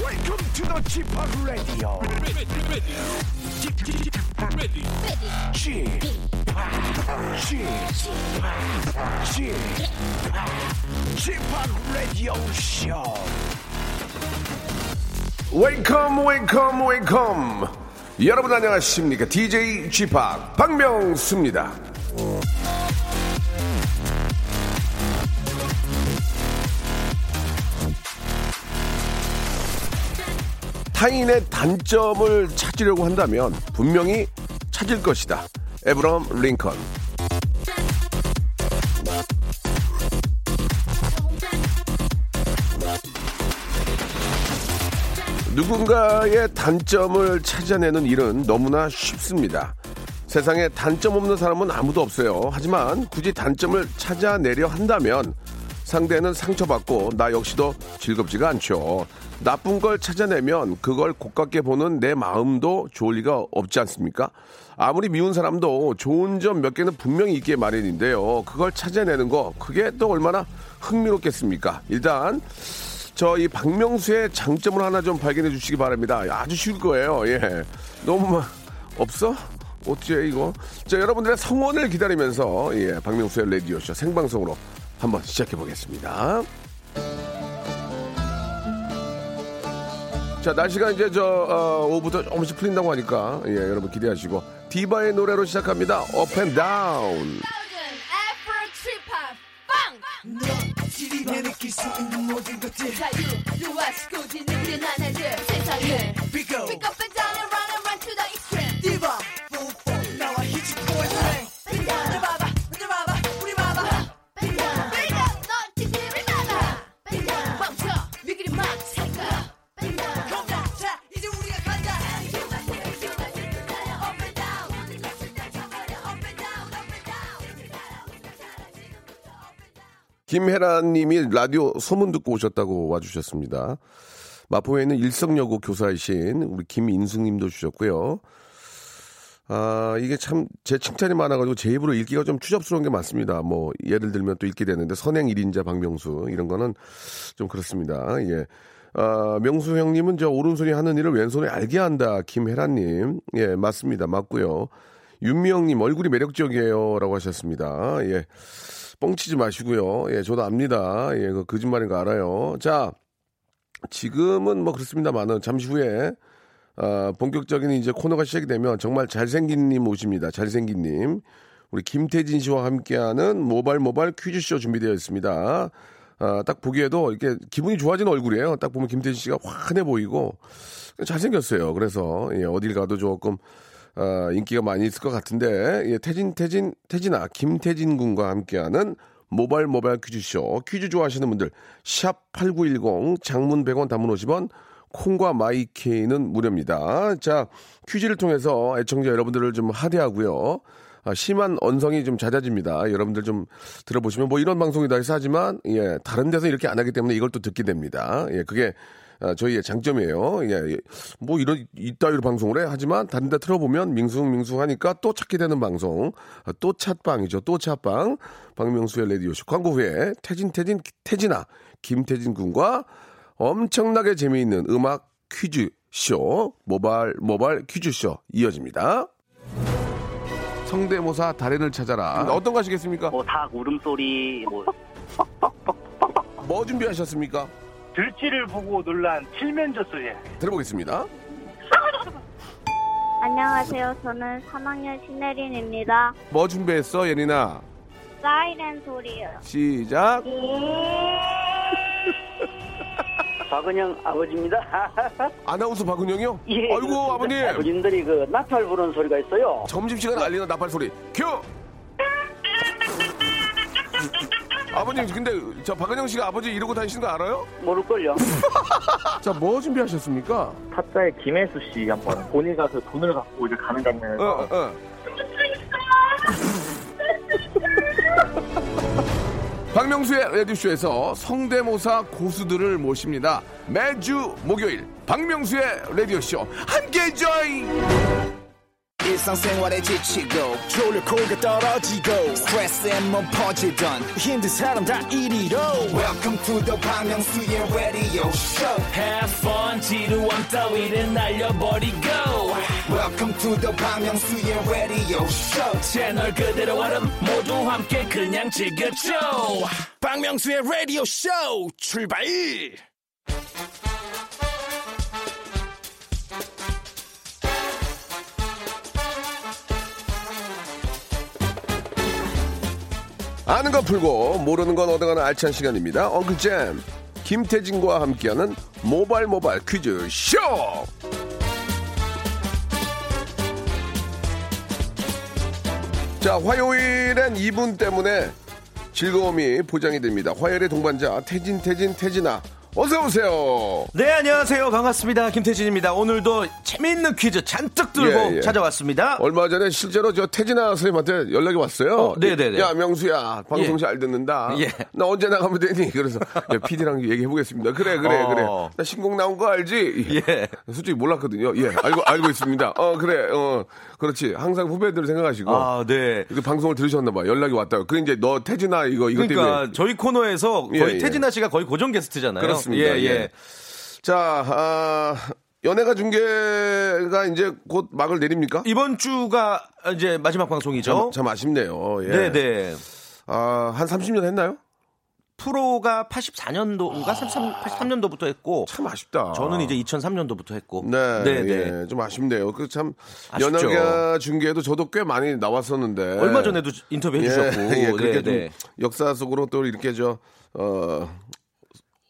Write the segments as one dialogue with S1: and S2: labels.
S1: Welcome to the g p Hop Radio.
S2: ready, ready, ready, ready.
S1: g p Hop, g p Hop, g p Hop, g p Hop Radio Show.
S3: 웨이컴 웨이컴 웨이컴 여러분 안녕하십니까 DJ g p 박명수입니다 타인의 단점을 찾으려고 한다면 분명히 찾을 것이다 에브럼 링컨 누군가의 단점을 찾아내는 일은 너무나 쉽습니다. 세상에 단점 없는 사람은 아무도 없어요. 하지만 굳이 단점을 찾아내려 한다면 상대는 상처받고 나 역시도 즐겁지가 않죠. 나쁜 걸 찾아내면 그걸 고깝게 보는 내 마음도 좋을 리가 없지 않습니까? 아무리 미운 사람도 좋은 점 몇 개는 분명히 있게 마련인데요. 그걸 찾아내는 거 그게 또 얼마나 흥미롭겠습니까? 일단 저 이 박명수의 장점을 하나 좀 발견해 주시기 바랍니다. 아주 쉬울 거예요. 예. 너무 막 없어? 어째 이거? 자, 여러분들의 성원을 기다리면서 예, 박명수의 라디오 쇼 생방송으로 한번 시작해 보겠습니다. 자, 날씨가 이제 저 어, 오후부터 조금씩 풀린다고 하니까 예, 여러분 기대하시고 디바의 노래로 시작합니다. 업앤 다운.
S4: thousand Afro trip hop funk.
S5: 지리내 느낄 수 있는 모든 것들
S4: 자유, 유아스 고지 느끼는 하나들 세상을
S5: 비고
S4: pick up and down and run and run to the extreme.
S5: 디바 뽀뽀 나와 히치코의 노래 흔들 봐봐 흔들 봐봐 우리 봐봐
S4: Bang up, bang up, 넌 지키를 막아. Bang up, 멈춰, 위기를 막 찰까. Bang up,
S5: 겁나 자 이제 우리가 간다
S4: 유아 힐, 유아 힐, 그 나라 up and down. 모든 것을 다 잡아라. Up and down, up and down. 우리 나라, 우리 나라, 지금부터 up and down.
S3: 김혜란님이 라디오 소문 듣고 오셨다고 와주셨습니다. 마포에 있는 일성여고 교사이신 우리 김인숙님도 주셨고요. 아 이게 참 제 칭찬이 많아가지고 제 입으로 읽기가 좀 추접스러운 게 많습니다. 뭐 예를 들면 또 읽게 되는데 선행 1인자 박명수 이런 거는 좀 그렇습니다. 예. 아, 명수 형님은 저 오른손이 하는 일을 왼손이 알게 한다. 김혜란님. 예, 맞습니다. 맞고요. 윤미 형님 얼굴이 매력적이에요. 라고 하셨습니다. 예. 뻥치지 마시고요. 예, 저도 압니다. 예, 그 거짓말인 거 알아요. 자, 지금은 뭐 그렇습니다만은 잠시 후에 아, 본격적인 이제 코너가 시작이 되면 정말 잘생긴님 오십니다. 잘생긴님. 우리 김태진 씨와 함께하는 모발 모발 퀴즈쇼 준비되어 있습니다. 아, 딱 보기에도 이렇게 기분이 좋아지는 얼굴이에요. 딱 보면 김태진 씨가 환해 보이고 잘생겼어요. 그래서 예, 어딜 가도 조금 아, 인기가 많이 있을 것 같은데 예, 태진 태진 태진아 김태진 군과 함께하는 모발 모발 퀴즈쇼 퀴즈 좋아하시는 분들 샵 #8910 장문 100원 단문 50원 콩과 마이케이는 무료입니다. 자 퀴즈를 통해서 애청자 여러분들을 좀 하대하고요. 아, 심한 언성이 좀 잦아집니다. 여러분들 좀 들어보시면 뭐 이런 방송이다 해서 하지만 예 다른 데서 이렇게 안 하기 때문에 이걸 또 듣게 됩니다. 예 그게 아, 저희의 장점이에요. 예, 예. 뭐 이런 이따위로 방송을 해 하지만 다른 데 틀어보면 밍숭 밍숭 하니까 또 찾게 되는 방송. 아, 또 찻방이죠. 또 찻방. 박명수의 레디오쇼 광고 후에 태진 태진 태진아 김태진 군과 엄청나게 재미있는 음악 퀴즈 쇼 모발 모발 퀴즈 쇼 이어집니다. 성대모사 달인을 찾아라. 음, 어떤 거 하시겠습니까?
S6: 뭐 닭 울음소리 뭐
S3: 뭐 준비하셨습니까?
S6: 들쥐를 보고 놀란 칠면조 소리
S3: 들어보겠습니다.
S7: 안녕하세요. 저는 3학년 신혜린입니다.
S3: 뭐 준비했어, 예린아?
S7: 사이렌 소리요.
S3: 시작.
S6: 박은영 아버지입니다
S3: 아나운서 박은영이요?
S6: 예,
S3: 아이고
S6: 그렇습니다.
S3: 네, 아버님
S6: 아버님들이 그 나팔 부르는 소리가 있어요
S3: 점심시간 알리는 나팔 소리 큐 아버님 근데 저 박은영 씨가 아버지 이러고 다니시는 거 알아요?
S6: 모를걸요
S3: 자 뭐 준비하셨습니까?
S8: 타짜의 김혜수 씨 한번 본인 가서 돈을 갖고 이제 가는
S3: 어,
S8: 장면에서
S3: 어, 어. 박명수의 라디오쇼에서 성대모사 고수들을 모십니다. 매주 목요일 박명수의 라디오쇼 함께 join!
S9: 일상생활에 지치고, 졸려 코가 떨어지고, 스트레스에 몸 퍼지던, 힘든 사람 다 이리로. welcome to the Bang Myung-soo's radio show
S10: Have fun
S2: 지루함 따위를 날려버리고
S9: Welcome to the 방명수의 radio show.
S2: 채널 그대로 얼음 모두 함께 그냥 즐겨줘 박명수의 라디오 쇼 출발
S3: 아는 건 풀고 모르는 건 얻어가는 알찬 시간입니다. 엉클잼 김태진과 함께하는 모발 모발 퀴즈 쇼. 자 화요일엔 이분 때문에 즐거움이 보장이 됩니다. 화요일의 동반자 태진 태진 태진아 어서 오세요.
S10: 네, 안녕하세요. 반갑습니다. 김태진입니다. 오늘도 재미있는 퀴즈 잔뜩 들고
S3: 예, 예.
S10: 찾아왔습니다.
S3: 얼마 전에 실제로 저 태진아 선생님한테 연락이 왔어요.
S10: 어, 네네네.
S3: 야, 명수야. 방송
S10: 예.
S3: 잘 듣는다.
S10: 예.
S3: 나 언제 나가면 되니? 그래서 야, PD랑 얘기해보겠습니다. 그래, 그래,
S10: 어.
S3: 그래. 나 신곡 나온 거 알지?
S10: 예.
S3: 솔직히 몰랐거든요. 예. 알고, 알고 있습니다. 어, 그래. 어, 그렇지. 항상 후배들을 생각하시고.
S10: 아, 네.
S3: 이거 방송을 들으셨나봐요. 연락이 왔다고. 그 이제 너 태진아 이거, 이거
S10: 그러니까
S3: 때문에.
S10: 저희 코너에서 거의
S3: 예, 예.
S10: 태진아 씨가 거의 고정 게스트잖아요.
S3: 그렇습니다.
S10: 예, 예.
S3: 자, 아, 연애가 중계가 이제 곧 막을 내립니까?
S10: 이번 주가 이제 마지막 방송이죠. 어?
S3: 참, 참 아쉽네요. 예.
S10: 네, 네.
S3: 아, 한 30년 했나요?
S10: 프로가 84년도인가 83, 83년도부터 했고
S3: 아. 참 아쉽다.
S10: 저는 이제 2003년도부터 했고
S3: 네,
S10: 네,
S3: 예, 좀 아쉽네요. 그 참
S10: 아쉽죠.
S3: 연예가 중계에도 저도 꽤 많이 나왔었는데
S10: 얼마 전에도 인터뷰해 주셨고
S3: 예, 예, 그렇게
S10: 네,
S3: 좀
S10: 네.
S3: 역사 속으로 또 이렇게 저 어,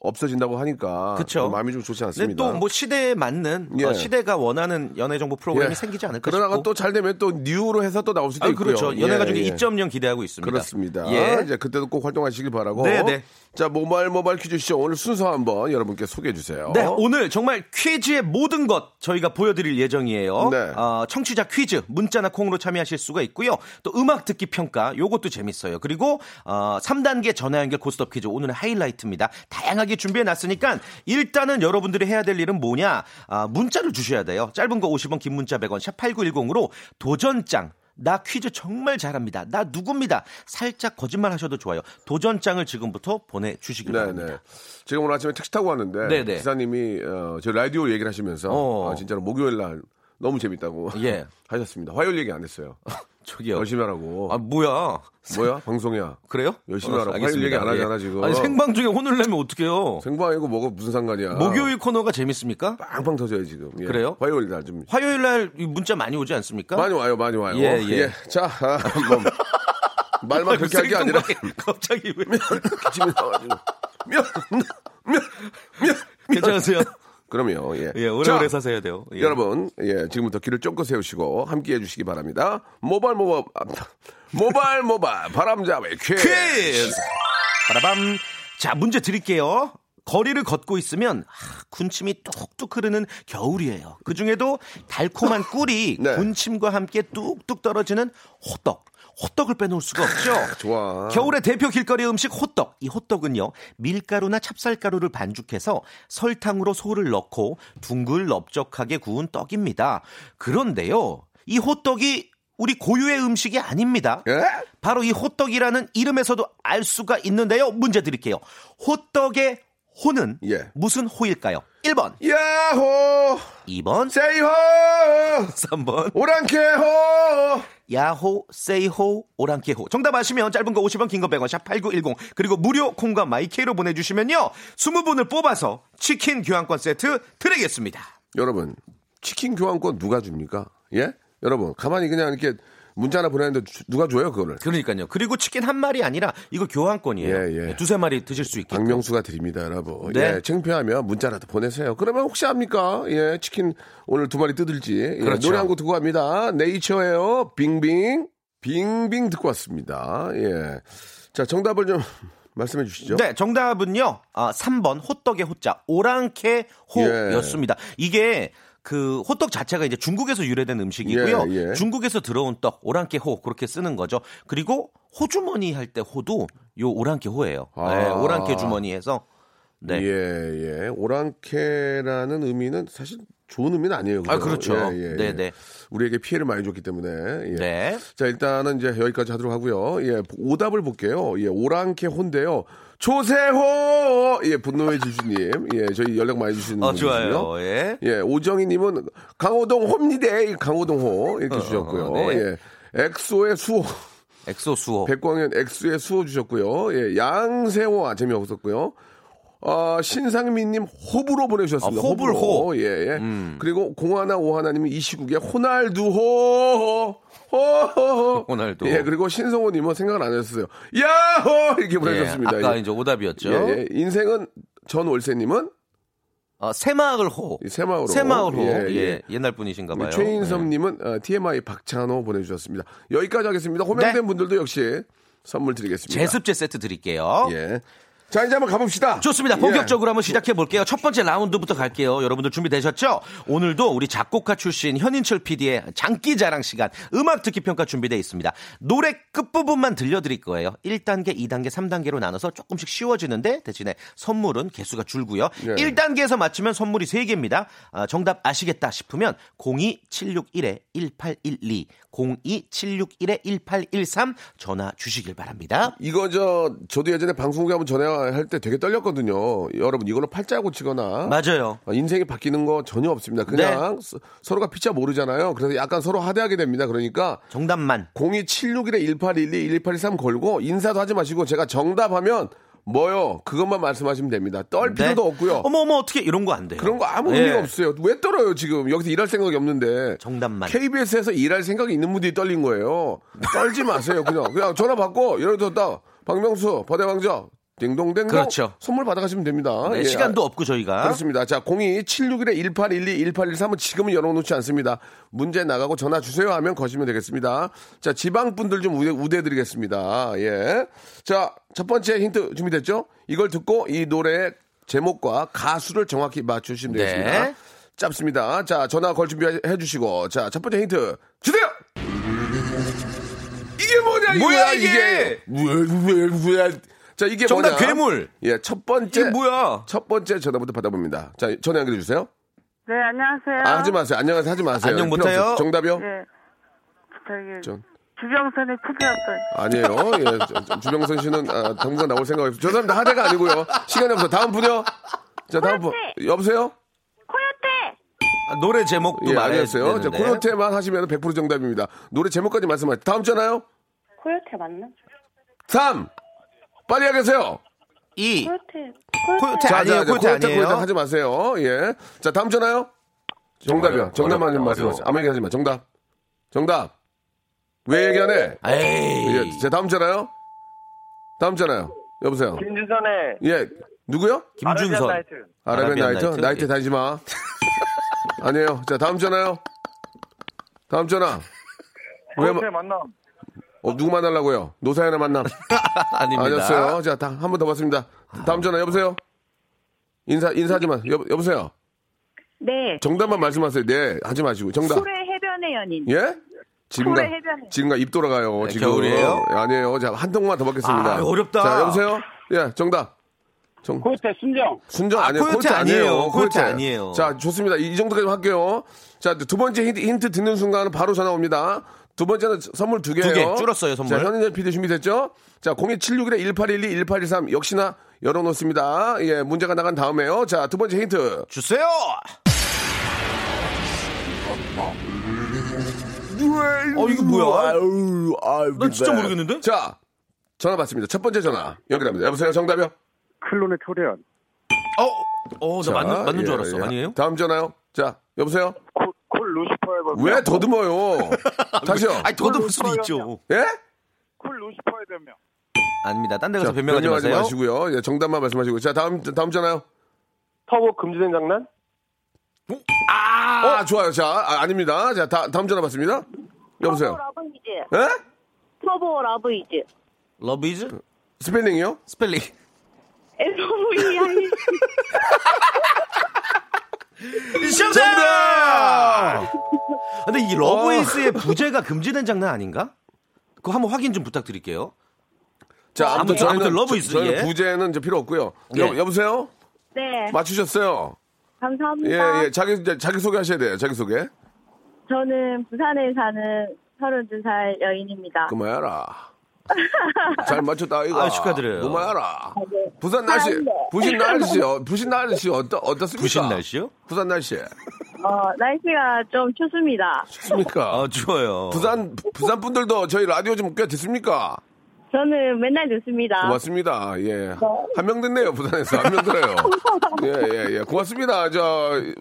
S3: 없어진다고 하니까
S10: 그쵸.
S3: 좀 마음이 좀 좋지
S10: 근데
S3: 않습니다.
S10: 또 뭐 시대에 맞는
S3: 예.
S10: 어, 시대가 원하는 연애 정보 프로그램이
S3: 예.
S10: 생기지 않을까
S3: 그러다가
S10: 싶고
S3: 또 잘 되면 또 뉴로 해서 또 나올 수도
S10: 아,
S3: 있고요.
S10: 그렇죠. 연예가 중에
S3: 예, 예.
S10: 2.0 기대하고 있습니다.
S3: 그렇습니다.
S10: 예.
S3: 이제 그때도 꼭 활동하시길 바라고.
S10: 네, 네.
S3: 자 모발 모발 퀴즈 쇼 오늘 순서 한번 여러분께 소개해 주세요.
S10: 네, 오늘 정말 퀴즈의 모든 것 저희가 보여드릴 예정이에요.
S3: 네.
S10: 어, 청취자 퀴즈, 문자나 콩으로 참여하실 수가 있고요. 또 음악 듣기 평가, 요것도 재밌어요. 그리고 어, 3단계 전화 연결 고스톱 퀴즈, 오늘의 하이라이트입니다. 다양하게 준비해놨으니까 일단은 여러분들이 해야 될 일은 뭐냐? 아, 문자를 주셔야 돼요. 짧은 거 50원, 긴 문자 100원, 샵8910으로 도전장. 나 퀴즈 정말 잘합니다. 나 누굽니다. 살짝 거짓말 하셔도 좋아요. 도전장을 지금부터 보내주시길 바랍니다.
S3: 네네. 제가 오늘 아침에 택시 타고 왔는데
S10: 네네.
S3: 기사님이 어, 저 라디오 얘기를 하시면서
S10: 어.
S3: 아, 진짜로 목요일 날 너무 재밌다고
S10: 예.
S3: 하셨습니다. 화요일 얘기 안 했어요.
S10: 저기요.
S3: 열심히 하라고.
S10: 아 뭐야
S3: 뭐야 방송이야.
S10: 그래요?
S3: 열심히
S10: 어,
S3: 하라고. 화요일
S10: 알겠습니다.
S3: 얘기 안 하잖아,
S10: 예.
S3: 지금.
S10: 아니 생방 중에 혼을 내면 어떡해요
S3: 생방이고 뭐가 무슨 상관이야.
S10: 목요일 코너가 재밌습니까?
S3: 빵빵 터져요 지금. 예.
S10: 그래요?
S3: 화요일 날 좀.
S10: 화요일 날 문자 많이 오지 않습니까?
S3: 많이 와요, 많이 와요.
S10: 예, 예.
S3: 자, 아, 뭐, 말만 그렇게 할 게 아니라
S10: 갑자기 왜
S3: 기침이 나와가지고 면, 면, 면.
S10: 괜찮으세요?
S3: 그럼요. 예.
S10: 예 오래오래
S3: 자,
S10: 사세요 돼요 예.
S3: 여러분, 예, 지금부터 귀를 쫑긋 세우시고 함께 해주시기 바랍니다. 모발 모발 아, 모발 모발 바람잡이 퀴즈.
S10: 퀴즈 바라밤 자 문제 드릴게요 거리를 걷고 있으면 아, 군침이 뚝뚝 흐르는 겨울이에요 그 중에도 달콤한 꿀이
S3: 네.
S10: 군침과 함께 뚝뚝 떨어지는 호떡 호떡을 빼놓을 수가 없죠
S3: 좋아.
S10: 겨울의 대표 길거리 음식 호떡. 이 호떡은요, 밀가루나 찹쌀가루를 반죽해서 설탕으로 소를 넣고 둥글 넓적하게 구운 떡입니다. 그런데요, 이 호떡이 우리 고유의 음식이 아닙니다.
S3: 예?
S10: 바로 이 호떡이라는 이름에서도 알 수가 있는데요. 문제 드릴게요. 호떡의 호는
S3: 예.
S10: 무슨 호일까요? 1번,
S3: 야호
S10: 2번,
S3: 세이호
S10: 3번,
S3: 오랑캐호
S10: 야호, 세이호, 오랑캐호. 정답 아시면 짧은 거 50원, 긴 거 100원, 샵8910. 그리고 무료 콩과 마이케이로 보내주시면요. 20분을 뽑아서 치킨 교환권 세트 드리겠습니다.
S3: 여러분 치킨 교환권 누가 줍니까? 예? 여러분 가만히 그냥 이렇게 문자 하나 보내는데 주- 누가 줘요 그거를?
S10: 그러니까요. 그리고 치킨 한 마리 아니라 이거 교환권이에요.
S3: 예, 예.
S10: 두세 마리 드실 수 있게.
S3: 박명수가 드립니다, 여러분.
S10: 네.
S3: 예, 창피하면 문자라도 보내세요. 그러면 혹시 압니까? 예, 치킨 오늘 두 마리 뜯을지. 예,
S10: 그렇죠.
S3: 노래 한 곡 듣고 갑니다. 네이처예요. 빙빙. 빙빙 듣고 왔습니다. 예. 자, 정답을 좀 말씀해 주시죠.
S10: 네, 정답은요. 아, 3번 호떡의 호자 오랑캐호였습니다.
S3: 예.
S10: 이게 그 호떡 자체가 이제 중국에서 유래된 음식이고요.
S3: 예, 예.
S10: 중국에서 들어온 떡 오랑캐호 그렇게 쓰는 거죠. 그리고 호주머니 할 때 호도 요 오랑캐호예요.
S3: 아.
S10: 네, 오랑캐 주머니에서 네.
S3: 예, 예. 오랑캐라는 의미는 사실 좋은 의미는 아니에요.
S10: 아, 그렇죠.
S3: 예, 예,
S10: 네,
S3: 예.
S10: 네.
S3: 우리에게 피해를 많이 줬기 때문에. 예.
S10: 네.
S3: 자, 일단은 이제 여기까지 하도록 하고요. 예, 오답을 볼게요. 예, 오랑캐 혼데요. 조세호! 예, 분노의 지수님. 예, 저희 연락 많이 주시는
S10: 어,
S3: 분이거든요.
S10: 좋아요. 예.
S3: 예, 오정희님은 강호동 홈니대 강호동호 이렇게 주셨고요.
S10: 어, 네.
S3: 예, 엑소의 수호,
S10: 엑소 수호.
S3: 백광현 엑소의 수호 주셨고요. 예, 양세호 아, 재미없었고요. 어, 신상민님 호불호 보내주셨습니다.
S10: 아, 호불호. 음.
S3: 예, 예. 그리고 공하나 오하나님이 이 시국에 호날두호 호호호
S10: 호날두.
S3: 예, 그리고 신성호님은 생각을 안 하셨어요. 야호 이렇게 보내주셨습니다.
S10: 예, 아까
S3: 예.
S10: 이제 오답이었죠.
S3: 예, 예. 인생은 전 월세님은
S10: 아, 새마을 호.
S3: 이 새마을호.
S10: 새마을호.
S3: 예,
S10: 예,
S3: 예.
S10: 옛날 분이신가 봐요. 네.
S3: 최인섭님은 어, TMI 박찬호 보내주셨습니다. 여기까지 하겠습니다. 호명된
S10: 네.
S3: 분들도 역시 선물 드리겠습니다.
S10: 제습제 세트 드릴게요.
S3: 예. 자 이제 한번 가봅시다.
S10: 좋습니다.
S3: 예.
S10: 본격적으로 한번 시작해 볼게요. 첫 번째 라운드부터 갈게요. 여러분들 준비되셨죠? 오늘도 우리 작곡가 출신 현인철 PD의 장기 자랑 시간 음악 듣기 평가 준비되어 있습니다. 노래 끝부분만 들려드릴 거예요. 1단계, 2단계, 3단계로 나눠서 조금씩 쉬워지는데 대신에 선물은 개수가 줄고요.
S3: 예.
S10: 1단계에서 맞추면 선물이 3개입니다. 정답 아시겠다 싶으면 02761-1812, 02761-1813 전화 주시길 바랍니다.
S3: 예. 이거 저 저도 예전에 방송국에 한번 전화할 때 되게 떨렸거든요. 여러분 이걸로 팔자 고치거나
S10: 맞아요. 네.
S3: 아, 인생이 바뀌는 거 전혀 없습니다. 그냥 서- 서로가 피차 모르잖아요. 그래서 약간 서로 하대하게 됩니다. 그러니까
S10: 정답만.
S3: 02761에 1812, 1813 걸고 인사도 하지 마시고 제가 정답하면 뭐요? 그것만 말씀하시면 됩니다. 떨
S10: 네.
S3: 필요도 없고요.
S10: 어머 어머 어떻게 이런 거 안 돼요?
S3: 그런 거 아무
S10: 예.
S3: 의미가 없어요. 왜 떨어요 지금? 여기서 일할 생각이 없는데.
S10: 정답만.
S3: KBS에서 일할 생각이 있는 분들이 떨린 거예요. 떨지 마세요 그냥. 그냥 전화 받고 예를 들었다. 박명수, 바대왕자, 딩동댕동.
S10: 그렇죠.
S3: 선물 받아가시면 됩니다.
S10: 네,
S3: 예,
S10: 시간도 없고 저희가
S3: 그렇습니다. 자, 02761-1812-1813은 지금은 열어놓지 않습니다. 문제 나가고 전화 주세요 하면 거시면 되겠습니다. 자, 지방분들 좀 우대, 우대드리겠습니다. 예. 자, 첫 번째 힌트 준비됐죠? 이걸 듣고 이 노래의 제목과 가수를 정확히 맞추시면
S10: 네.
S3: 되겠습니다. 짧습니다. 자, 전화 걸 준비해 주시고. 자, 첫 번째 힌트 주세요! 이게 뭐냐, 이거야,
S10: 뭐야, 이게?
S3: 뭐야, 뭐야, 뭐야. 자, 이게
S10: 정답
S3: 뭐냐?
S10: 괴물.
S3: 예, 첫 번째.
S10: 이게 뭐야?
S3: 첫 번째 전화부터 받아봅니다. 자, 전화 연결해 주세요.
S5: 네, 안녕하세요.
S3: 아, 하지 마세요. 안녕하세요. 하지 마세요.
S10: 안녕
S3: 필요 없어요.
S10: 못해요.
S3: 정답이요?
S5: 예. 저기
S3: 전-
S5: 주병선의 투표였어요.
S3: 아니에요. 예, 저- 저- 주병선 씨는 아, 당분간 나올 생각 없어요. 죄송합니다. 하대가 아니고요. 시간이 없어. 다음 분요. 자, 다음 분. 여보세요?
S7: 코요태!
S10: 아, 노래 제목도
S3: 예,
S10: 말해야
S3: 알겠어요. 자,
S10: 되는데.
S3: 코요테만 하시면 100% 정답입니다. 노래 제목까지 말씀하세요. 다음 전화요?
S5: 코요태 맞나?
S3: 3. 빨리 하겠어요.
S10: 이
S5: 코요태.
S10: 코요태 아니에요. 코요태
S3: 코요테,
S10: 아니에요.
S3: 코요테 하지 마세요. 예. 자, 다음 전화요? 정답이요.
S10: 어려워,
S3: 정답만 좀
S10: 어려워,
S3: 말씀하세요.
S10: 어려워.
S3: 아무 얘기 하지 마. 정답. 정답. 왜 얘기 안 해?
S10: 에이.
S3: 예, 제 다음 전화요? 다음 전화요. 여보세요.
S8: 김준선의
S3: 예, 누구요?
S10: 김준선.
S3: 아라비안
S10: 아라비안
S3: 나이트?
S10: 나이트?
S3: 나이트
S10: 예.
S3: 다니지 마. 아니에요. 자, 다음 전화요. 다음 전화. 왜, 마-
S8: 만남.
S3: 어, 누구 만나려고요? 노사연의 만남.
S10: 아닙니다.
S3: 아니었어요. 네, 자, 다, 한 번 더 봤습니다. 다음 전화, 여보세요? 인사, 인사하지만, 여, 여보세요?
S5: 네.
S3: 정답만 말씀하세요. 네, 하지 마시고. 정답.
S5: 소래 해변의 연인.
S3: 예? 지금가,
S5: 소래 해변에.
S3: 지금가 입 돌아가요.
S10: 네,
S3: 지금.
S10: 겨울이에요?
S3: 아니에요. 자, 한 통만 더 받겠습니다.
S10: 아, 어렵다.
S3: 자, 여보세요? 예, 정답. 정,
S6: 코요태 순정.
S3: 순정
S10: 아,
S3: 아니에요.
S10: 코요태
S3: 코요태 아니에요.
S10: 아니에요.
S3: 코요태.
S10: 코요태 아니에요.
S3: 자, 좋습니다. 이, 이 정도까지 할게요. 자, 두 번째 힌트, 힌트 듣는 순간 바로 전화 옵니다. 두 번째는 선물 두 개예요.
S10: 개, 줄었어요, 선물.
S3: 자, 현인재 PD 준비됐죠? 자, 02761-1812, 1813 역시나 열어놓습니다. 예, 문제가 나간 다음에요. 자, 두 번째 힌트.
S10: 주세요.
S3: 어,
S10: 이거 뭐야?
S3: 아유, 아유, 네.
S10: 난 진짜 모르겠는데?
S3: 자, 전화 받습니다. 첫 번째 전화 연결합니다. 여보세요, 정답이요?
S8: 클론의 초련.
S10: 어, 어, 나
S3: 자,
S10: 맞는, 맞는 줄
S3: 예,
S10: 알았어.
S3: 예.
S10: 아니에요?
S3: 다음 전화요. 자, 여보세요?
S8: 콜, 콜 루시퍼의 뱀.
S3: 왜 더듬어요? 다시요.
S10: 뭐? 아니, 더듬을 수도 있죠.
S3: 예?
S8: 콜 루시퍼의 변명.
S10: 아닙니다. 딴 데 가서
S3: 자,
S10: 변명하지
S3: 변명하지
S10: 마세요.
S3: 마시고요. 예, 정답만 말씀하시고. 자, 다음, 다음 전화요.
S8: 터보 금지된 장난?
S10: 어?
S3: 아, 좋아요. 자, 아, 닙니다 자, 다, 다음 전화 받습니다. 여보세요.
S7: 러브이즈.
S3: 예?
S7: 트러보 러브이즈.
S10: 러브 이즈
S3: 스펠링이요?
S10: 스펠링.
S7: LOVI.
S10: 정답! 근데 이
S3: 어.
S10: 러브 이즈의 부재가 금지된 장난 아닌가? 그거 한번 확인 좀 부탁드릴게요.
S3: 자,
S10: 아무튼, 아무튼 러브
S3: 저-
S10: 있어요,
S3: 저희는
S10: 예.
S3: 부재는 이제 필요 없고요.
S10: 예.
S3: 여, 여보세요?
S7: 네.
S3: 맞추셨어요.
S7: 감사합니다.
S3: 예, 예. 자기, 자기 소개 하셔야 돼요. 자기 소개.
S7: 저는 부산에 사는 32살 여인입니다.
S3: 그만해라. 잘 맞췄다, 이거.
S10: 아, 축하드려요.
S3: 그만해라.
S7: 네.
S3: 부산 날씨,
S7: 사랑해.
S3: 부신 날씨, 어, 부신 날씨, 어떠, 어떻습니까?
S10: 부신 날씨요?
S3: 부산 날씨.
S7: 어, 날씨가 좀 춥습니다.
S3: 좋습니까?
S10: 아, 좋아요.
S3: 부산, 부산 분들도 저희 라디오 좀 꽤 듣습니까?
S7: 저는 맨날 듣습니다.
S3: 고맙습니다.
S7: 네.
S3: 예. 한 명 듣네요, 부산에서. 한 명 들어요. 예, 예, 예. 고맙습니다. 저,
S7: 네.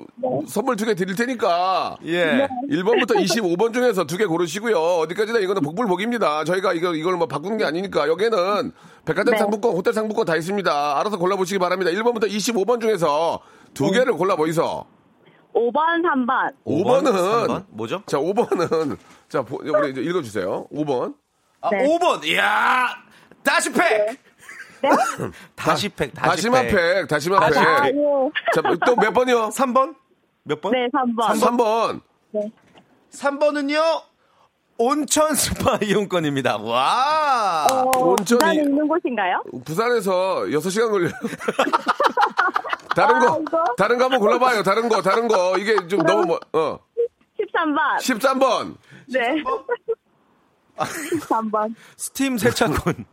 S3: 선물 두 개 드릴 테니까.
S10: 예.
S3: 1번부터 25번 중에서 두 개 고르시고요. 어디까지나 이거는 복불복입니다. 저희가 이거, 이걸 뭐 바꾸는 게 아니니까. 여기에는 백화점
S7: 네.
S3: 상품권, 호텔 상품권 다 있습니다. 알아서 골라보시기 바랍니다. 1번부터 25번 중에서 두
S7: 네.
S3: 개를 골라보이소.
S7: 5번, 3번.
S3: 5번은,
S10: 삼 번? 뭐죠?
S3: 자, 5번은, 자, 보- 우리 이제 읽어주세요. 5번.
S10: 아,
S7: 네.
S10: 5번. 이야! 다시 팩! 다시 팩, 다시
S3: 다시마 팩, 다시마 팩.
S10: 다시 팩.
S7: 아유.
S3: 자, 또 몇 번이요?
S10: 3번? 몇 번?
S7: 네, 3번.
S3: 3번.
S10: 3번은요. 온천 스파 이용권입니다. 와!
S3: 온천이-
S7: 어, 부산에 있는 곳인가요?
S3: 부산에서 6시간 걸려요. 다른 거,
S7: 아, 이거?
S3: 다른 거 한번 골라봐요. 다른 거, 다른 거. 이게 좀 너무, 뭐, 어.
S7: 13번.
S3: 13번.
S7: 네. 13번.
S10: 스팀 세차권.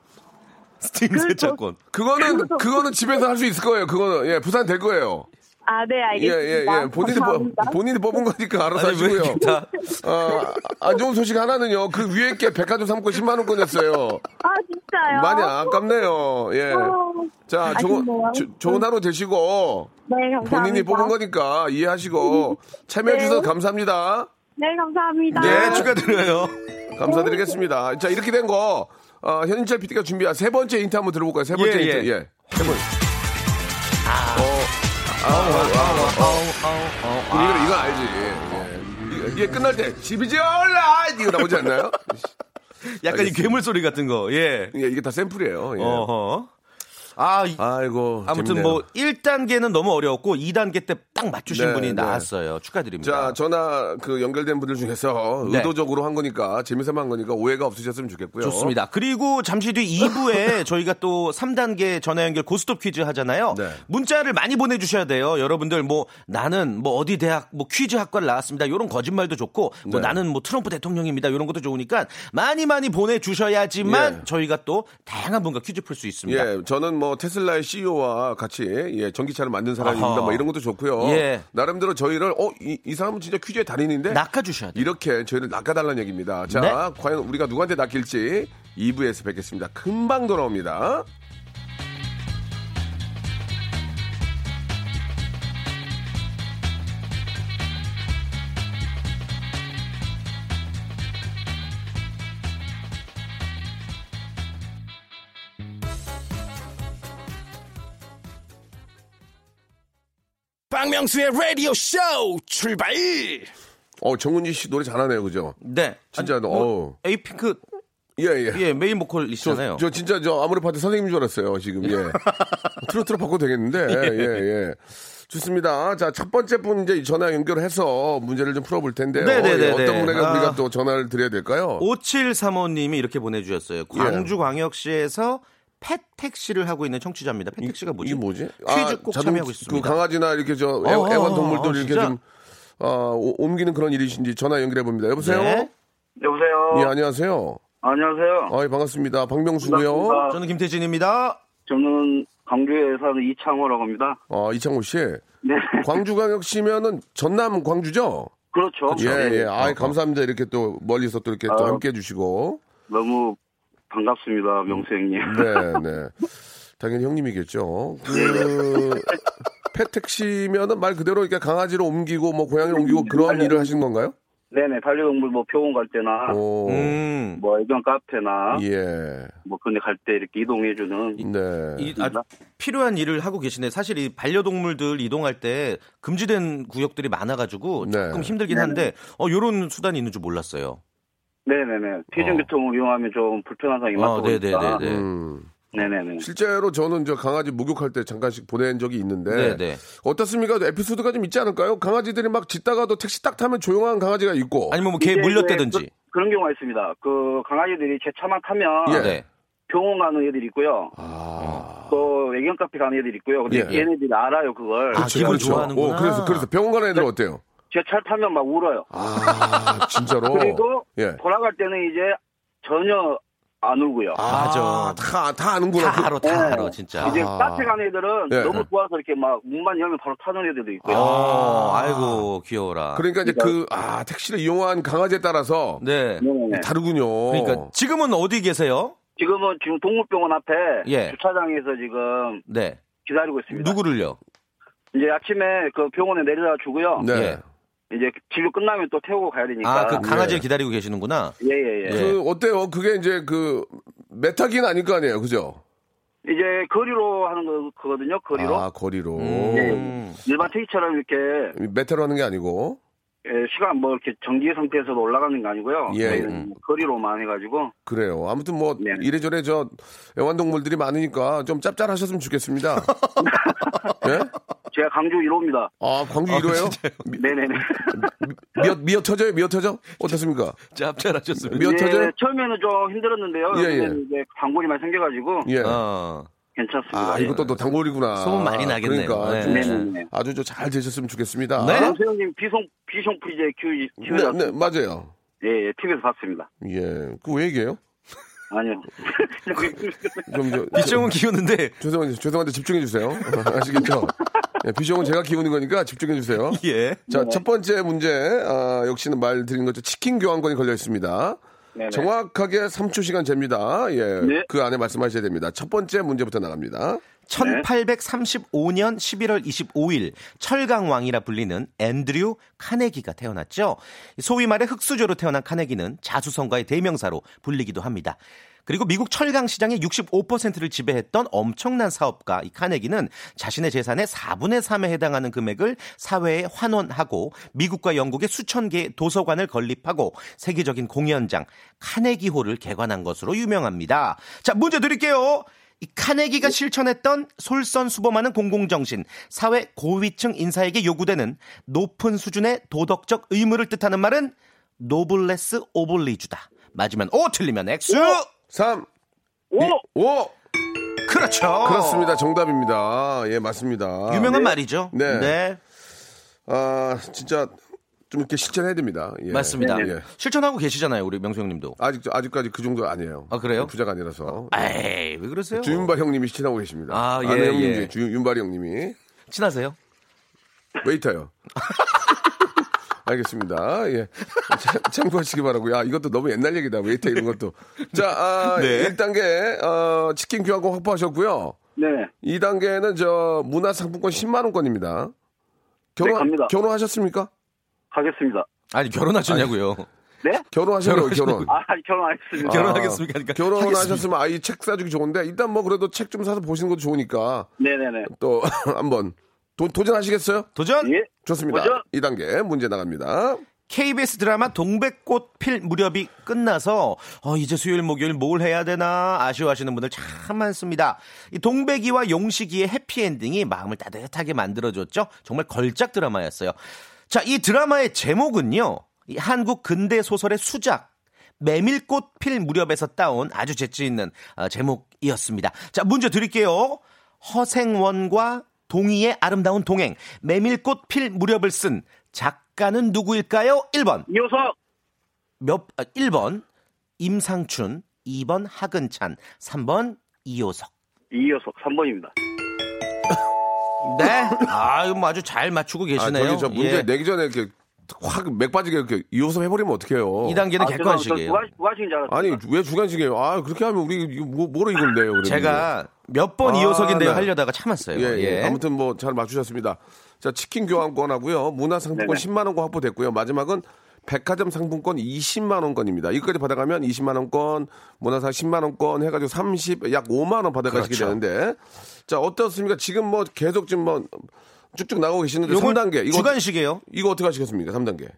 S10: 스팀
S7: 그리고-
S10: 세차권.
S3: 그거는, 그거는 집에서 할 수 있을 거예요. 그거는. 예, 부산 될 거예요.
S7: 아, 네,
S3: 예, 예,
S7: 알겠습니다.
S3: 예. 본인이,
S7: 감사합니다.
S3: 뽑, 본인이 뽑은 거니까 알아서
S10: 아니, 왜
S3: 하시고요.
S10: 이렇게 다.
S3: 어, 안 좋은 소식 하나는요. 그 위에 게 백화점 삼권 10만원권 냈어요.
S7: 아, 진짜요?
S3: 많이 아깝네요. 예.
S7: 아유,
S3: 자, 좋은,
S7: 아쉽네요.
S3: 조- 좋은 하루 되시고,
S7: 네, 감사합니다.
S3: 본인이 뽑은 거니까 이해하시고, 참여해주셔서
S7: 네.
S3: 감사합니다.
S7: 네, 감사합니다.
S10: 네, 축하드려요.
S3: 감사드리겠습니다. 자, 이렇게 된 거, 어, 현인철 PD가 준비한 세 번째 인트 한번 들어볼까요? 세 번째
S10: 예,
S3: 인트,
S10: 예.
S3: 예. 세 번. 아, 이거, 이건 알지. 예, 예. 이게 끝날 때, 집이지 올라! 이거 나오지 않나요?
S10: 약간 이
S3: 알겠습니다.
S10: 괴물 소리 같은 거. 예.
S3: 예, 이게 다 샘플이에요. 예.
S10: 어허. 아, 이-
S3: 아이고.
S10: 아무튼
S3: 어, 재밌네요.
S10: 뭐 1단계는 너무 어려웠고 2단계 때 딱 맞추신
S3: 네,
S10: 분이
S3: 네.
S10: 나왔어요. 축하드립니다.
S3: 자, 전화 그 연결된 분들 중에서
S10: 네.
S3: 의도적으로 한 거니까, 재미삼아 한 거니까 오해가 없으셨으면 좋겠고요.
S10: 좋습니다. 그리고 잠시 뒤 2부에 저희가 또 3단계 전화 연결 고스톱 퀴즈 하잖아요.
S3: 네.
S10: 문자를 많이 보내주셔야 돼요. 여러분들 뭐 나는 뭐 어디 대학 뭐 퀴즈 학과를 나왔습니다. 이런 거짓말도 좋고
S3: 네.
S10: 뭐 나는 뭐 트럼프 대통령입니다. 이런 것도 좋으니까 많이 많이 보내주셔야지만
S3: 예.
S10: 저희가 또 다양한 분과 퀴즈 풀 수 있습니다.
S3: 예, 저는 뭐 테슬라의 CEO와 같이 예, 전기차를 만든 사람입니다.
S10: 아하.
S3: 뭐 이런 것도 좋고요.
S10: 예.
S3: 나름대로 저희를 어, 이, 이 사람은 진짜 퀴즈의 달인인데
S10: 낚아주셔야 돼요.
S3: 이렇게 저희를 낚아달라는 얘기입니다. 자,
S10: 네.
S3: 과연 우리가 누구한테 낚일지 2부에서 뵙겠습니다. 금방 돌아옵니다.
S2: 박명수의 라디오 쇼 출발!
S3: 어, 정은지 씨 노래 잘하네요. 그죠?
S10: 네.
S3: 진짜,
S10: 아니,
S3: 어우.
S10: 에이핑크
S3: 예, 예.
S10: 예 메인
S3: 저,
S10: 보컬이시잖아요.
S3: 저 진짜 저 아무리 봐도 선생님인 줄 알았어요, 지금. 예. 트로트로 바꿔도 되겠는데. 예, 예. 좋습니다. 자, 첫 번째 분 이제 전화 연결해서 문제를 좀 풀어볼 텐데요.
S10: 네네네네.
S3: 예, 어떤 분에게
S10: 아.
S3: 우리가 또 전화를 드려야 될까요?
S10: 5735님이 이렇게
S3: 예.
S10: 보내주셨어요. 광주광역시에서 펫택시를 하고 있는 청취자입니다. 펫택시가 뭐지?
S3: 이게 뭐지? 아,
S10: 퀴즈 꼭
S3: 자동-
S10: 참여하고 있습니다.
S3: 그 강아지나 이렇게 저 애,
S10: 어,
S3: 완동물들
S10: 어,
S3: 이렇게
S10: 진짜?
S3: 좀 어, 오- 옮기는 그런 일이신지 전화 연결해 봅니다. 여보세요?
S10: 네.
S6: 여보세요.
S3: 예, 안녕하세요.
S6: 안녕하세요.
S3: 아, 예, 반갑습니다. 박명수고요.
S6: 반갑습니다.
S10: 저는 김태진입니다.
S6: 저는 광주에 사는 이창호라고 합니다.
S3: 아, 이창호 씨.
S6: 네.
S3: 광주광역시면은 전남 광주죠?
S6: 그렇죠.
S3: 예,
S6: 네.
S3: 예. 아, 감사합니다. 이렇게 또 멀리서 또 이렇게 또
S6: 아유.
S3: 함께 해주시고.
S6: 너무 반갑습니다, 명수 형님.
S3: 네, 네. 당연히 형님이겠죠. 그, 패택시면은 말 그대로 이렇게 강아지로 옮기고 뭐 고양이를 옮기고 그런 일을 하시는 건가요?
S6: 네네, 반려동물 뭐 병원 갈 때나,
S3: 오,
S10: 음.
S6: 뭐 애견 카페나,
S3: 예.
S6: 뭐 그런 데 갈 때 이렇게 이동해주는.
S3: 네.
S10: 이- 아, 필요한 일을 하고 계시네. 사실 이 반려동물들 이동할 때 금지된 구역들이 많아가지고 조금
S3: 네.
S10: 힘들긴 한데 어 요런 수단이 있는 줄 몰랐어요.
S6: 네네네. 대중교통을 이용하면 좀 불편한 상황이
S10: 어,
S6: 많다 보니까.
S10: 네네네네.
S3: 음.
S6: 네네네.
S3: 실제로 저는 저 강아지 목욕할 때 잠깐씩 보낸 적이 있는데
S10: 네, 네.
S3: 어떻습니까? 에피소드가 좀 있지 않을까요? 강아지들이 막 짖다가도 택시 딱 타면 조용한 강아지가 있고
S10: 아니면 뭐 개
S6: 이제
S10: 물렸다든지.
S6: 왜 그, 그런 경우가 있습니다. 그 강아지들이 제 차만 타면
S3: 예.
S10: 네.
S6: 병원 가는 애들이 있고요.
S3: 아,
S6: 또 애견 카페 가는 애들 있고요. 근데
S3: 예.
S6: 얘네들이 알아요 그걸.
S10: 아, 기분
S3: 어,
S10: 좋아하는구나.
S3: 그래서 그래서 병원 가는 애들 어때요?
S6: 제 차를 타면 막 울어요.
S3: 아 진짜로.
S6: 그리고
S3: 예.
S6: 돌아갈 때는 이제 전혀 안 울고요.
S10: 맞아.
S3: 다다 아는구나.
S10: 다 알아, 다 알아, 진짜.
S6: 이제
S3: 아.
S6: 카페 가는 애들은
S3: 예.
S6: 너무 좋아서 이렇게 막 문만 열면 바로 타는 애들도 있고요.
S10: 아, 아이고, 귀여워라.
S3: 그러니까 이제 그 아 택시를 이용한 강아지에 따라서
S10: 네.
S6: 네, 네.
S3: 다르군요.
S10: 그러니까 지금은 어디 계세요?
S6: 지금은 지금 동물병원 앞에
S10: 예.
S6: 주차장에서 지금
S10: 네.
S6: 기다리고 있습니다.
S10: 누구를요?
S6: 이제 아침에 그 병원에 내려다 주고요.
S3: 네.
S10: 예.
S6: 이제 진료 끝나면 또 태우고 가야 되니까.
S10: 아, 그
S3: 네.
S10: 강아지를 기다리고 계시는구나.
S6: 예예예.
S10: 예.
S3: 그 어때요? 그게 이제 그 메타긴 아닐 거 아니에요, 그죠?
S6: 이제 거리로 하는 거 그거든요. 거리로
S3: 아 거리로. 네.
S10: 음.
S6: 일반 택시처럼 이렇게
S3: 메타로 하는 게 아니고.
S6: 예, 시간 뭐 이렇게 정지 상태에서 올라가는 게 아니고요.
S3: 예.
S6: 저희는 거리로만 해가지고
S3: 그래요. 아무튼 뭐
S6: 네.
S3: 이래저래 저 애완동물들이 많으니까 좀 짭짤하셨으면 좋겠습니다. 예?
S6: 제가 강주 1호입니다.
S3: 아 광주 1호예요?
S6: 네네네.
S3: 미어 미어 터져요? 미어 터져? 어떻습니까?
S10: 짭짤하셨습니다.
S3: 미어 터져요?
S6: 예, 처음에는 좀 힘들었는데요.
S3: 예, 예.
S6: 요즘에는 이제 광고이 많이 생겨가지고
S3: 예.
S10: 어.
S6: 괜찮습니다.
S3: 아
S6: 예.
S3: 이것도 또 단골이구나.
S10: 소문 많이 나겠네요.
S3: 그러니까
S10: 네.
S3: 좀
S6: 네네네.
S3: 아주 저잘 되셨으면 좋겠습니다.
S10: 네?
S6: 양세형님 비송 비송 프리제 키우
S3: 네,
S6: 키우자.
S3: 네, 맞아요.
S6: 예, 예, TV에서 봤습니다.
S3: 예, 그 왜 얘기해요?
S6: 아니요.
S3: 좀 저,
S10: 비정은 키우는데,
S3: 죄송한데 죄송한데 집중해 주세요. 아시겠죠? 예, 비정은 제가 키우는 거니까 집중해 주세요.
S10: 예.
S3: 자,
S6: 네.
S3: 첫 번째 문제 아, 역시는 말 드린 것처럼 치킨 교환권이 걸려 있습니다.
S6: 네네.
S3: 정확하게 3초 시간 잽니다. 예,
S6: 네.
S3: 그 안에 말씀하셔야 됩니다. 첫 번째 문제부터 나갑니다.
S10: 1835년 11월 25일 철강왕이라 불리는 앤드류 카네기가 태어났죠. 소위 말해 흑수저로 태어난 카네기는 자수성가의 대명사로 불리기도 합니다. 그리고 미국 철강 시장의 65%를 지배했던 엄청난 사업가 이 카네기는 자신의 재산의 4분의 3에 해당하는 금액을 사회에 환원하고 미국과 영국의 수천 개의 도서관을 건립하고 세계적인 공연장 카네기홀을 개관한 것으로 유명합니다. 자, 문제 드릴게요. 이
S3: 예.
S10: 카네기가 실천했던 솔선수범하는 공공정신, 사회 고위층 인사에게 요구되는 높은 수준의 도덕적 의무를 뜻하는 말은 노블레스 오블리주다. 맞으면 O, 틀리면 X.
S3: 3
S6: 오!
S3: 5
S10: 그렇죠.
S3: 그렇습니다. 정답입니다. 예, 맞습니다.
S10: 유명한 말이죠.
S3: 네. 아, 진짜 좀 이렇게 실천해야 됩니다. 예.
S10: 맞습니다.
S3: 예.
S10: 실천하고 계시잖아요, 우리 명수 형님도.
S3: 아직 아직까지 그 정도 아니에요.
S10: 아, 그래요?
S3: 부자가 아니라서.
S10: 에이, 왜 그러세요?
S3: 주윤발 형님이 시친하고 계십니다.
S10: 아, 예,
S3: 아내 형님
S10: 예.
S3: 중에 주윤발 형님이
S10: 친하세요?
S3: 웨이터요. 알겠습니다. 예. 참- 참고하시기 바라고요. 아, 이것도 너무 옛날 얘기다. 웨이터 이런 것도. 자, 아,
S10: 네.
S3: 1단계 어, 치킨 교환권 확보하셨고요.
S6: 네.
S3: 2단계는 저 문화상품권 10만 원권입니다. 결혼
S6: 네, 갑니다.
S3: 결혼하셨습니까?
S6: 가겠습니다.
S10: 아니, 결혼하셨냐고요.
S6: 네?
S3: 결혼하셨어요, 결혼.
S6: 아, 아직 결혼 안 했습니다.
S10: 결혼하겠습니까?
S3: 예.
S10: 그러니까 하겠습니다.
S3: 아, 결혼하셨으면 아이 책 사주기 좋은데 일단 뭐 그래도 책 좀 사서 보시는 것도 좋으니까
S6: 네네네.
S3: 또 한번 도, 도전하시겠어요?
S10: 도전!
S6: 예.
S3: 좋습니다.
S6: 도전!
S3: 2단계 문제 나갑니다.
S10: KBS 드라마 동백꽃 필 무렵이 끝나서 어, 이제 수요일 목요일 뭘 해야 되나 아쉬워하시는 분들 참 많습니다. 이 동백이와 용식이의 해피엔딩이 마음을 따뜻하게 만들어줬죠. 정말 걸작 드라마였어요. 자, 이 드라마의 제목은요. 이 한국 근대 소설의 수작 메밀꽃 필 무렵에서 따온 아주 재치 있는 어, 제목이었습니다. 자, 문제 드릴게요. 허생원과 동의의 아름다운 동행, 메밀꽃 필 무렵을 쓴 작가는 누구일까요? 1번.
S6: 이호석!
S10: 몇 아, 1번. 임상춘, 2번 하근찬, 3번 이효석.
S6: 이호석 3번입니다.
S10: 네. 아, 이거 뭐 아주 잘 맞추고
S3: 아,
S10: 계시네요.
S3: 저기 저 문제
S10: 예.
S3: 내기 전에 이렇게 확 맥 빠지게 이렇게 이호섭 해버리면 어떡해요?
S10: 2단계는
S6: 아,
S10: 객관식이에요.
S6: 무관식인 줄 알았어요.
S3: 아니 왜 주간식이에요? 아 그렇게 하면 우리 이거 뭐, 뭐로 이건데요? 그러면.
S10: 제가 몇 번
S3: 아,
S10: 이효석인데요
S3: 네.
S10: 하려다가 참았어요.
S3: 예, 예. 아무튼 뭐 잘 맞추셨습니다. 자 치킨 교환권하고요 문화상품권
S6: 네네.
S3: 10만 원권 확보됐고요. 마지막은 백화점 상품권 20만 원권입니다. 이거까지 받아가면 20만 원권, 문화상 10만 원권 해가지고 30, 약 5만 원 받아가시게
S10: 그렇죠.
S3: 되는데 자 어떻습니까? 지금 뭐 계속 지금 뭐 쭉쭉 나가고 계시는데
S10: 요건
S3: 3단계 이거
S10: 주간식이에요.
S3: 이거 어떻게 하시겠습니까? 3단계.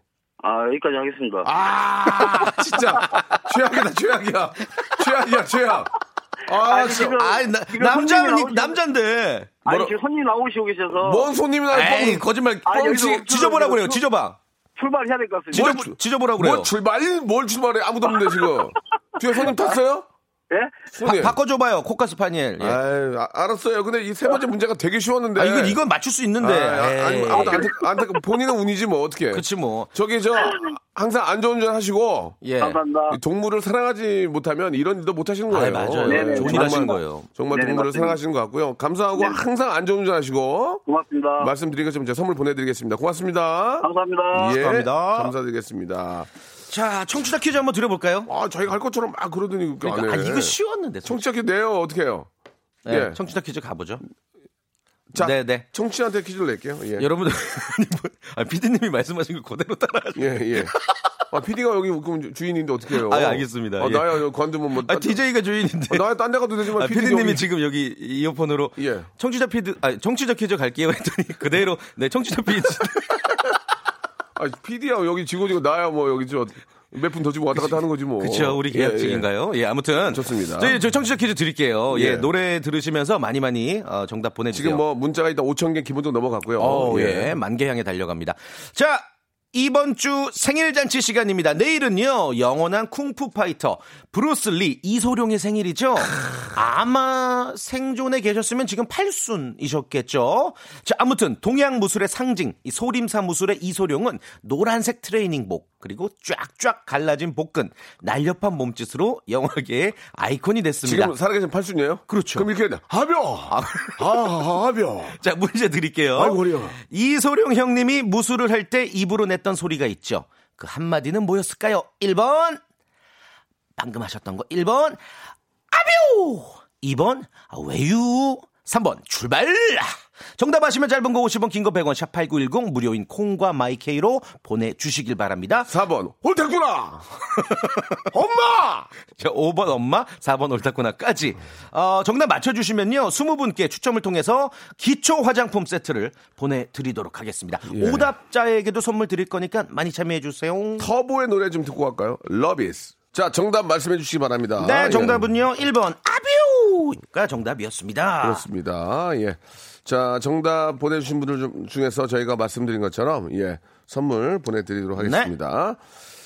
S6: 아, 여기까지 하겠습니다.
S3: 아 진짜 최악이다 최악이야 최악이야 최악 아
S6: 아니,
S3: 진짜
S6: 지금-
S10: 아, 나,
S6: 지금 손님이
S10: 남자는 뭐?
S6: 나오시는-
S10: 남잔데.
S6: 아니,
S3: 뭐라-
S6: 지금 손님 나오시고 계셔서
S3: 뭔 손님이 날
S10: 에이,
S3: 뻥-
S10: 거짓말.
S6: 아,
S10: 뻥치-
S6: 여기서
S10: 지져보라고 그래요.
S6: 그-
S10: 지져봐.
S6: 출발해야 될 것 같습니다.
S10: 지져보,
S3: 뭐 줄-
S10: 지져보라고 그래요.
S3: 뭘 출발 뭘 출발해 아무도 없는데 지금 뒤에 손님 탔어요?
S6: 예?
S3: 손에.
S10: 바, 꿔줘봐요 코카스 파니엘. 예.
S3: 아유, 아, 알았어요. 근데 이 세 번째 문제가 되게 쉬웠는데.
S10: 아, 이건, 이건 맞출 수
S3: 아,
S10: 있는데.
S3: 아, 아니,
S10: 에이. 그,
S3: 아무도 안, 듣- 안 듣- 본인은 운이지 뭐 어떻게.
S10: 그치 뭐.
S3: 저기 저 항상 안전운전 하시고
S10: 예.
S6: 감사합니다.
S3: 이 동물을 사랑하지 못하면 이런 일도 못 하시는 거예요.
S10: 아, 맞아요.
S6: 네네,
S10: 좋은 일
S3: 정말,
S10: 하신 거예요.
S3: 정말
S6: 네네,
S3: 동물을
S6: 맞습니다.
S3: 사랑하시는 것 같고요. 감사하고
S6: 네. 어.
S3: 항상 안전운전 하시고
S6: 고맙습니다.
S3: 말씀드린 것처럼 제가 선물 보내드리겠습니다. 고맙습니다.
S6: 감사합니다.
S3: 예,
S10: 감사합니다.
S3: 감사드리겠습니다.
S10: 자, 청취자 퀴즈 한번 드려볼까요?
S3: 아, 저희가 할 것처럼 막 그러더니 그러니까
S10: 그러니까,
S3: 안
S10: 아,
S3: 해.
S10: 이거 쉬웠는데.
S3: 청취자 퀴즈 내요. 어떻게 해요?
S10: 네,
S3: 예.
S10: 청취자 퀴즈 가보죠.
S3: 자,
S10: 네, 네.
S3: 청취한테 퀴즈를 낼게요. 예.
S10: 여러분들, 아니, 뭐, 아, 피디님이 말씀하신 거 그대로 따라하시고.
S3: 예, 예. 아, PD가 여기 그럼 주인인데 어떻게 해요?
S10: 아, 예, 알겠습니다.
S3: 아,
S10: 예.
S3: 나야, 저 관두면 뭐.
S10: 아,
S3: 딴-
S10: DJ가 주인인데.
S3: 아, 나야, 딴 데 가도 되지만
S10: 아,
S3: PD 가
S10: 피디님이
S3: 여기-
S10: 지금 여기 이어폰으로
S3: 예.
S10: 청취자 피드 아 청취자 퀴즈 갈게요 했더니 그대로 네 청취자 퀴즈
S3: 아, PD야, 여기 지고지고 나야 뭐 여기 저 몇 분 더 주고 왔다 갔다 하는 거지 뭐.
S10: 그렇죠 우리
S3: 예, 예.
S10: 계약직인가요? 예, 아무튼
S3: 좋습니다.
S10: 저희 저 청취자 퀴즈 드릴게요. 예,
S3: 예.
S10: 노래 들으시면서 많이 많이 어, 정답 보내주세요.
S3: 지금 뭐 문자가 일단 5천 개 기본적으로 넘어갔고요.
S10: 어, 예. 만개 향에 달려갑니다. 자, 이번 주 생일 잔치 시간입니다. 내일은요, 영원한 쿵푸 파이터 브루스 리 이소룡의 생일이죠. 아마 생존에 계셨으면 지금 팔순이셨겠죠. 자, 아무튼 동양 무술의 상징, 이 소림사 무술의 이소룡은 노란색 트레이닝복 그리고 쫙쫙 갈라진 복근, 날렵한 몸짓으로 영화계의 아이콘이 됐습니다.
S3: 지금 살아계신 팔순이에요?
S10: 그렇죠.
S3: 그럼 이렇게 해야 돼. 하벼! 아, 하벼!
S10: 자, 문제 드릴게요.
S3: 아이고, 어려워.
S10: 이소룡 형님이 무술을 할 때 입으로 냈던 소리가 있죠. 그 한마디는 뭐였을까요? 1번. 방금 하셨던 거 1번. 아뷰! 2번. 아, 왜유? 3번. 출발! 정답 아시면 짧은 거 50원, 긴 거 100원, 샵8910 무료인 콩과 마이케이로 보내주시길 바랍니다.
S3: 4번, 홀탔구나! 엄마!
S10: 자, 5번 엄마, 4번 옳다구나까지. 어, 정답 맞춰주시면요. 20분께 추첨을 통해서 기초 화장품 세트를 보내드리도록 하겠습니다.
S3: 예.
S10: 오답자에게도 선물 드릴 거니까 많이 참여해주세요.
S3: 터보의 노래 좀 듣고 갈까요? 러비스. 자, 정답 말씀해 주시기 바랍니다.
S10: 네,
S3: 예.
S10: 정답은요. 1번 아뷰가 정답이었습니다.
S3: 그렇습니다. 예. 자, 정답 보내주신 분들 좀- 중에서 저희가 말씀드린 것처럼, 예, 선물 보내드리도록
S10: 네.
S3: 하겠습니다.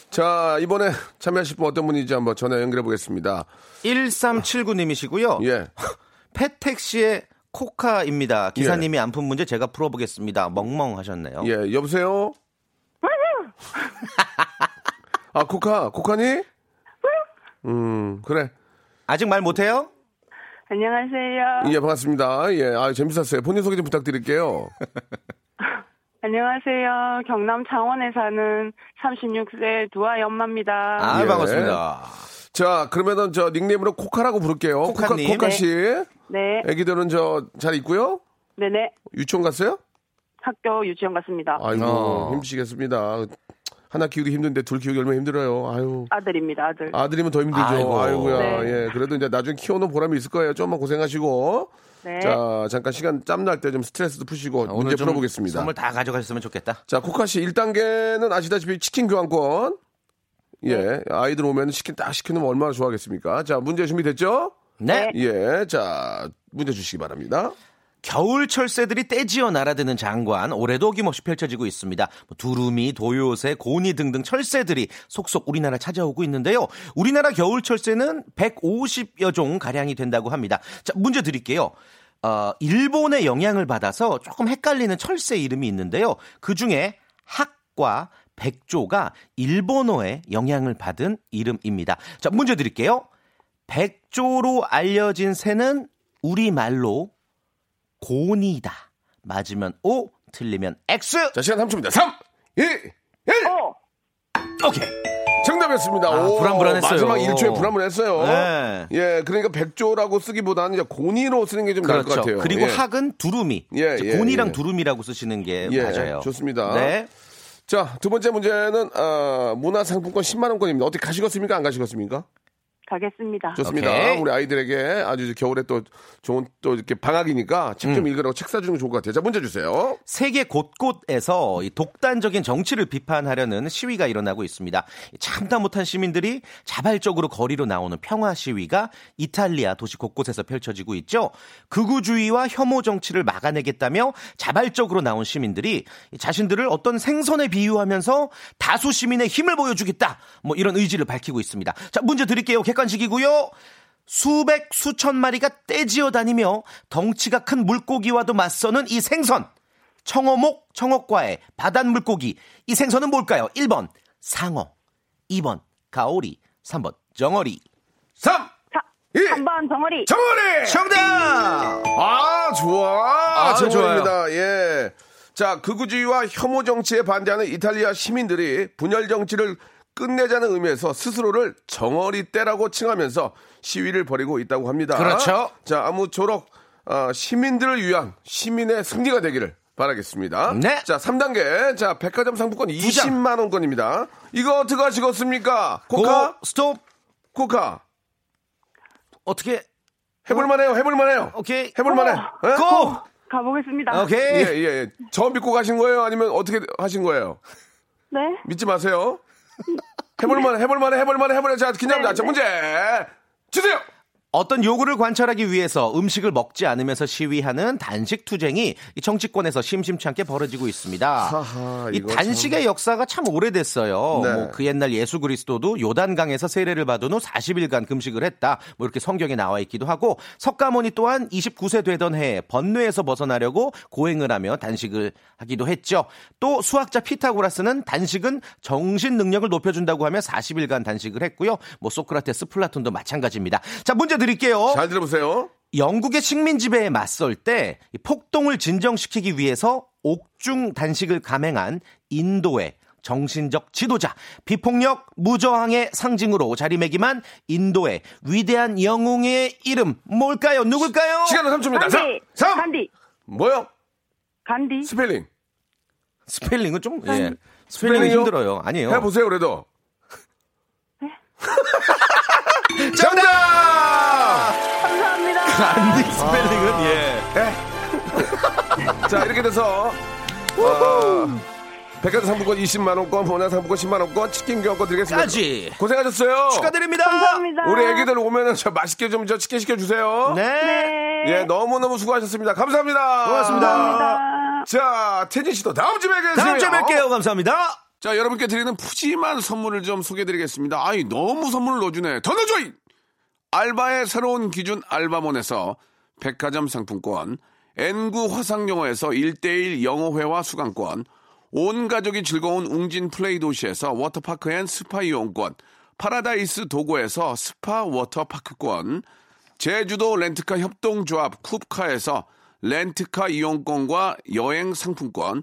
S3: 자, 이번에 참여하실 분 어떤 분인지 한번 전화 연결해 보겠습니다.
S10: 1379님이시고요.
S3: 예.
S10: 패택시의 코카입니다. 기사님이 안 푼 문제 제가 풀어보겠습니다. 멍멍하셨네요.
S3: 예, 여보세요? 아, 코카, 코카니? 음, 그래.
S10: 아직 말 못해요?
S7: 안녕하세요.
S3: 예, 반갑습니다. 예, 아, 재밌었어요. 본인 소개 좀 부탁드릴게요.
S7: 안녕하세요. 경남 창원에 사는 36세 두 아이 엄마입니다.
S10: 아,
S3: 예.
S10: 반갑습니다.
S3: 자, 그러면은 저 닉네임으로 코카라고 부를게요. 코카,
S10: 코카님. 예.
S3: 코카 씨.
S7: 네.
S3: 애기들은 저 잘 있고요?
S7: 네네.
S3: 유치원 갔어요?
S7: 학교 유치원 갔습니다.
S3: 아이고,
S10: 어.
S3: 힘드시겠습니다. 하나 키우기 힘든데 둘 키우기 얼마나 힘들어요. 아유.
S7: 아들입니다, 아들.
S3: 아들이면 더 힘들죠.
S10: 아이고.
S3: 아이고. 야
S7: 네.
S3: 예. 그래도 이제 나중에 키워놓은 보람이 있을 거예요. 좀만 고생하시고.
S7: 네.
S3: 자, 잠깐 시간 짬날 때 좀 스트레스도 푸시고 문제
S10: 좀
S3: 풀어보겠습니다.
S10: 선물 다 가져가셨으면 좋겠다.
S3: 자, 코카 씨 1단계는 아시다시피 치킨 교환권. 예. 아이들 오면 치킨 딱 시키면 얼마나 좋아하겠습니까? 자, 문제 준비됐죠?
S10: 네.
S3: 예. 자, 문제 주시기 바랍니다.
S10: 겨울철 새들이 떼지어 날아드는 장관 올해도 어김없이 펼쳐지고 있습니다. 뭐 두루미, 도요새, 고니 등등 철새들이 속속 우리나라 찾아오고 있는데요. 우리나라 겨울철 새는 150여 종 가량이 된다고 합니다. 자 문제 드릴게요. 어, 일본의 영향을 받아서 조금 헷갈리는 철새 이름이 있는데요. 그 중에 학과 백조가 일본어의 영향을 받은 이름입니다. 자 문제 드릴게요. 백조로 알려진 새는 우리말로 고니다. 맞으면 O, 틀리면 X.
S3: 자, 시간 3초입니다. 3, 2, 1.
S10: 오케이.
S3: 예, 정답이었습니다.
S10: 아, 불안불안했어요.
S3: 마지막 1초에 불안불안했어요.
S10: 네.
S3: 예, 그러니까 백조라고 쓰기보다는 이제 고니로 쓰는 게 좀 나을 것
S10: 그렇죠.
S3: 같아요.
S10: 그리고
S3: 예.
S10: 학은 두루미.
S3: 예,
S10: 자,
S3: 예,
S10: 고니랑
S3: 예.
S10: 두루미라고 쓰시는 게
S3: 예,
S10: 맞아요.
S3: 좋습니다.
S10: 네.
S3: 자, 두 번째 문제는 아, 문화상품권 10만 원권입니다. 어떻게 가시겠습니까? 안 가시겠습니까?
S7: 가겠습니다.
S3: 좋습니다.
S10: 오케이.
S3: 우리 아이들에게 아주 이제 겨울에 또 좋은 또 이렇게 방학이니까 책
S10: 음.
S3: 좀 읽으라고 책 사주는 게 좋을 것 같아요. 자, 문제 주세요.
S10: 세계 곳곳에서 이 독단적인 정치를 비판하려는 시위가 일어나고 있습니다. 참다 못한 시민들이 자발적으로 거리로 나오는 평화 시위가 이탈리아 도시 곳곳에서 펼쳐지고 있죠. 극우주의와 혐오 정치를 막아내겠다며 자발적으로 나온 시민들이 자신들을 어떤 생선에 비유하면서 다수 시민의 힘을 보여주겠다. 뭐 이런 의지를 밝히고 있습니다. 자, 문제 드릴게요. 객관식이고요. 수백 수천 마리가 떼지어 다니며 덩치가 큰 물고기와도 맞서는 이 생선. 청어목, 청어과의 바닷물고기. 이 생선은 뭘까요? 1번 상어, 2번 가오리, 3번 정어리.
S3: 3,
S7: 자, 3번 정어리.
S3: 정원이!
S10: 정답!
S3: 아, 좋아.
S10: 아,
S3: 정원입니다. 예. 자, 극우주의와 혐오 정치에 반대하는 이탈리아 시민들이 분열 정치를 끝내자는 의미에서 스스로를 정어리 때라고 칭하면서 시위를 벌이고 있다고 합니다.
S10: 그렇죠.
S3: 자, 아무쪼록 어, 시민들을 위한 시민의 승리가 되기를 바라겠습니다.
S10: 네.
S3: 자, 3단계. 자, 백화점 상품권 20만 원권입니다. 이거 어떻게 하시겠습니까?
S10: 고,
S3: 코카?
S10: 스톱,
S3: 코카.
S10: 어떻게,
S3: 해볼 만해요. 해볼 만해요.
S10: 오케이.
S3: 해볼 만해. 예?
S10: 고!
S7: 가보겠습니다.
S10: 오케이.
S3: 예, 예, 예. 처음 믿고 가신 거예요? 아니면 어떻게 하신 거예요?
S7: 네.
S3: 믿지 마세요. 해볼만, 해볼만, 해볼만, 해볼만. 자, 긴장합니다. 자, 문제 주세요!
S10: 어떤 요구를 관찰하기 위해서 음식을 먹지 않으면서 시위하는 단식 투쟁이 이 정치권에서 심심치 않게 벌어지고 있습니다.
S3: 하하,
S10: 이
S3: 이거
S10: 단식의 역사가 참 오래됐어요.
S3: 네.
S10: 뭐 그 옛날 예수 그리스도도 요단강에서 세례를 받은 후 40일간 금식을 했다. 뭐 이렇게 성경에 나와 있기도 하고 석가모니 또한 29세 되던 해에 번뇌에서 벗어나려고 고행을 하며 단식을 하기도 했죠. 또 수학자 피타고라스는 단식은 정신 능력을 높여준다고 하며 40일간 단식을 했고요. 뭐 소크라테스, 플라톤도 마찬가지입니다. 자 문제 드릴게요.
S3: 잘 들어보세요.
S10: 영국의 식민 지배에 맞설 때이 폭동을 진정시키기 위해서 옥중 단식을 감행한 인도의 정신적 지도자, 비폭력 무저항의 상징으로 자리매김한 인도의 위대한 영웅의 이름 뭘까요? 누굴까요?
S3: 시간은 3초입니다. 삼,
S7: 간디.
S3: 삼.
S7: 간디.
S3: 뭐요?
S7: 간디.
S3: 스펠링.
S10: 스펠링은 좀 예. 스펠링은 힘들어요. 아니에요.
S3: 해보세요, 그래도.
S10: 정답!
S7: 감사합니다.
S10: 간디 아. 스펠링은 예.
S3: 자, 이렇게 돼서. 아, 백화점 상품권 20만원권, 보나 상품권 10만원권, 치킨 교환권 드리겠습니다.
S10: 까지.
S3: 고생하셨어요.
S10: 축하드립니다.
S7: 감사합니다.
S3: 우리 애기들 오면은 저 맛있게 좀 저 치킨 시켜주세요.
S10: 네.
S3: 예, 너무너무 수고하셨습니다. 감사합니다.
S10: 고맙습니다.
S7: 감사합니다.
S3: 자, 태진 씨도 다음 주에 뵙겠습니다.
S10: 다음 주에 뵐게요. 감사합니다.
S3: 자, 여러분께 드리는 푸짐한 선물을 좀 소개해드리겠습니다. 아이, 너무 선물을 넣어주네. 더 넣어줘잉! 알바의 새로운 기준 알바몬에서 백화점 상품권, N구 화상영어에서 1대1 영어회화 수강권, 온 가족이 즐거운 웅진 플레이 도시에서 워터파크 앤 스파 이용권, 파라다이스 도고에서 스파 워터파크권, 제주도 렌트카 협동조합 쿱카에서 렌트카 이용권과 여행 상품권,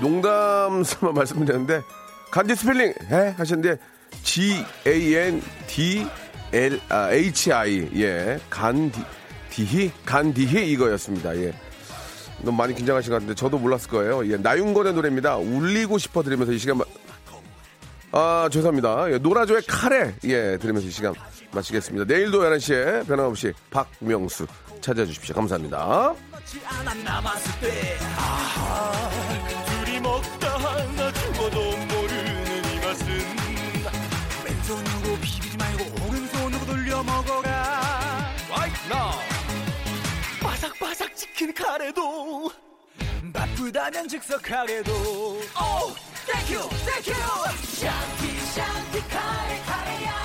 S3: 농담 삼아 말씀드렸는데 간디 스펠링 해 하셨는데 G A N D L 아, H I 예 간디 디히 간디히 이거였습니다 예 너무 많이 긴장하신 것 같은데 저도 몰랐을 거예요 예 나윤건의 노래입니다 울리고 싶어 드리면서 이 시간 마- 아 죄송합니다 예, 노라조의 카레 예 들으면서 이 시간 마치겠습니다. 내일도 11시에 변함없이 박명수 찾아주십시오. 감사합니다.
S2: 남지 않아 남았을 때 아하 둘이 먹다 하나 죽어도 모르는 이 맛은
S5: 왼손으로 비비지 말고 오른손으로 돌려 먹어라
S2: right now
S5: 바삭바삭 치킨 카레도 바쁘다면 즉석 카레도 Oh, 오 땡큐 땡큐 샹티 샹티 카레 카레야 아,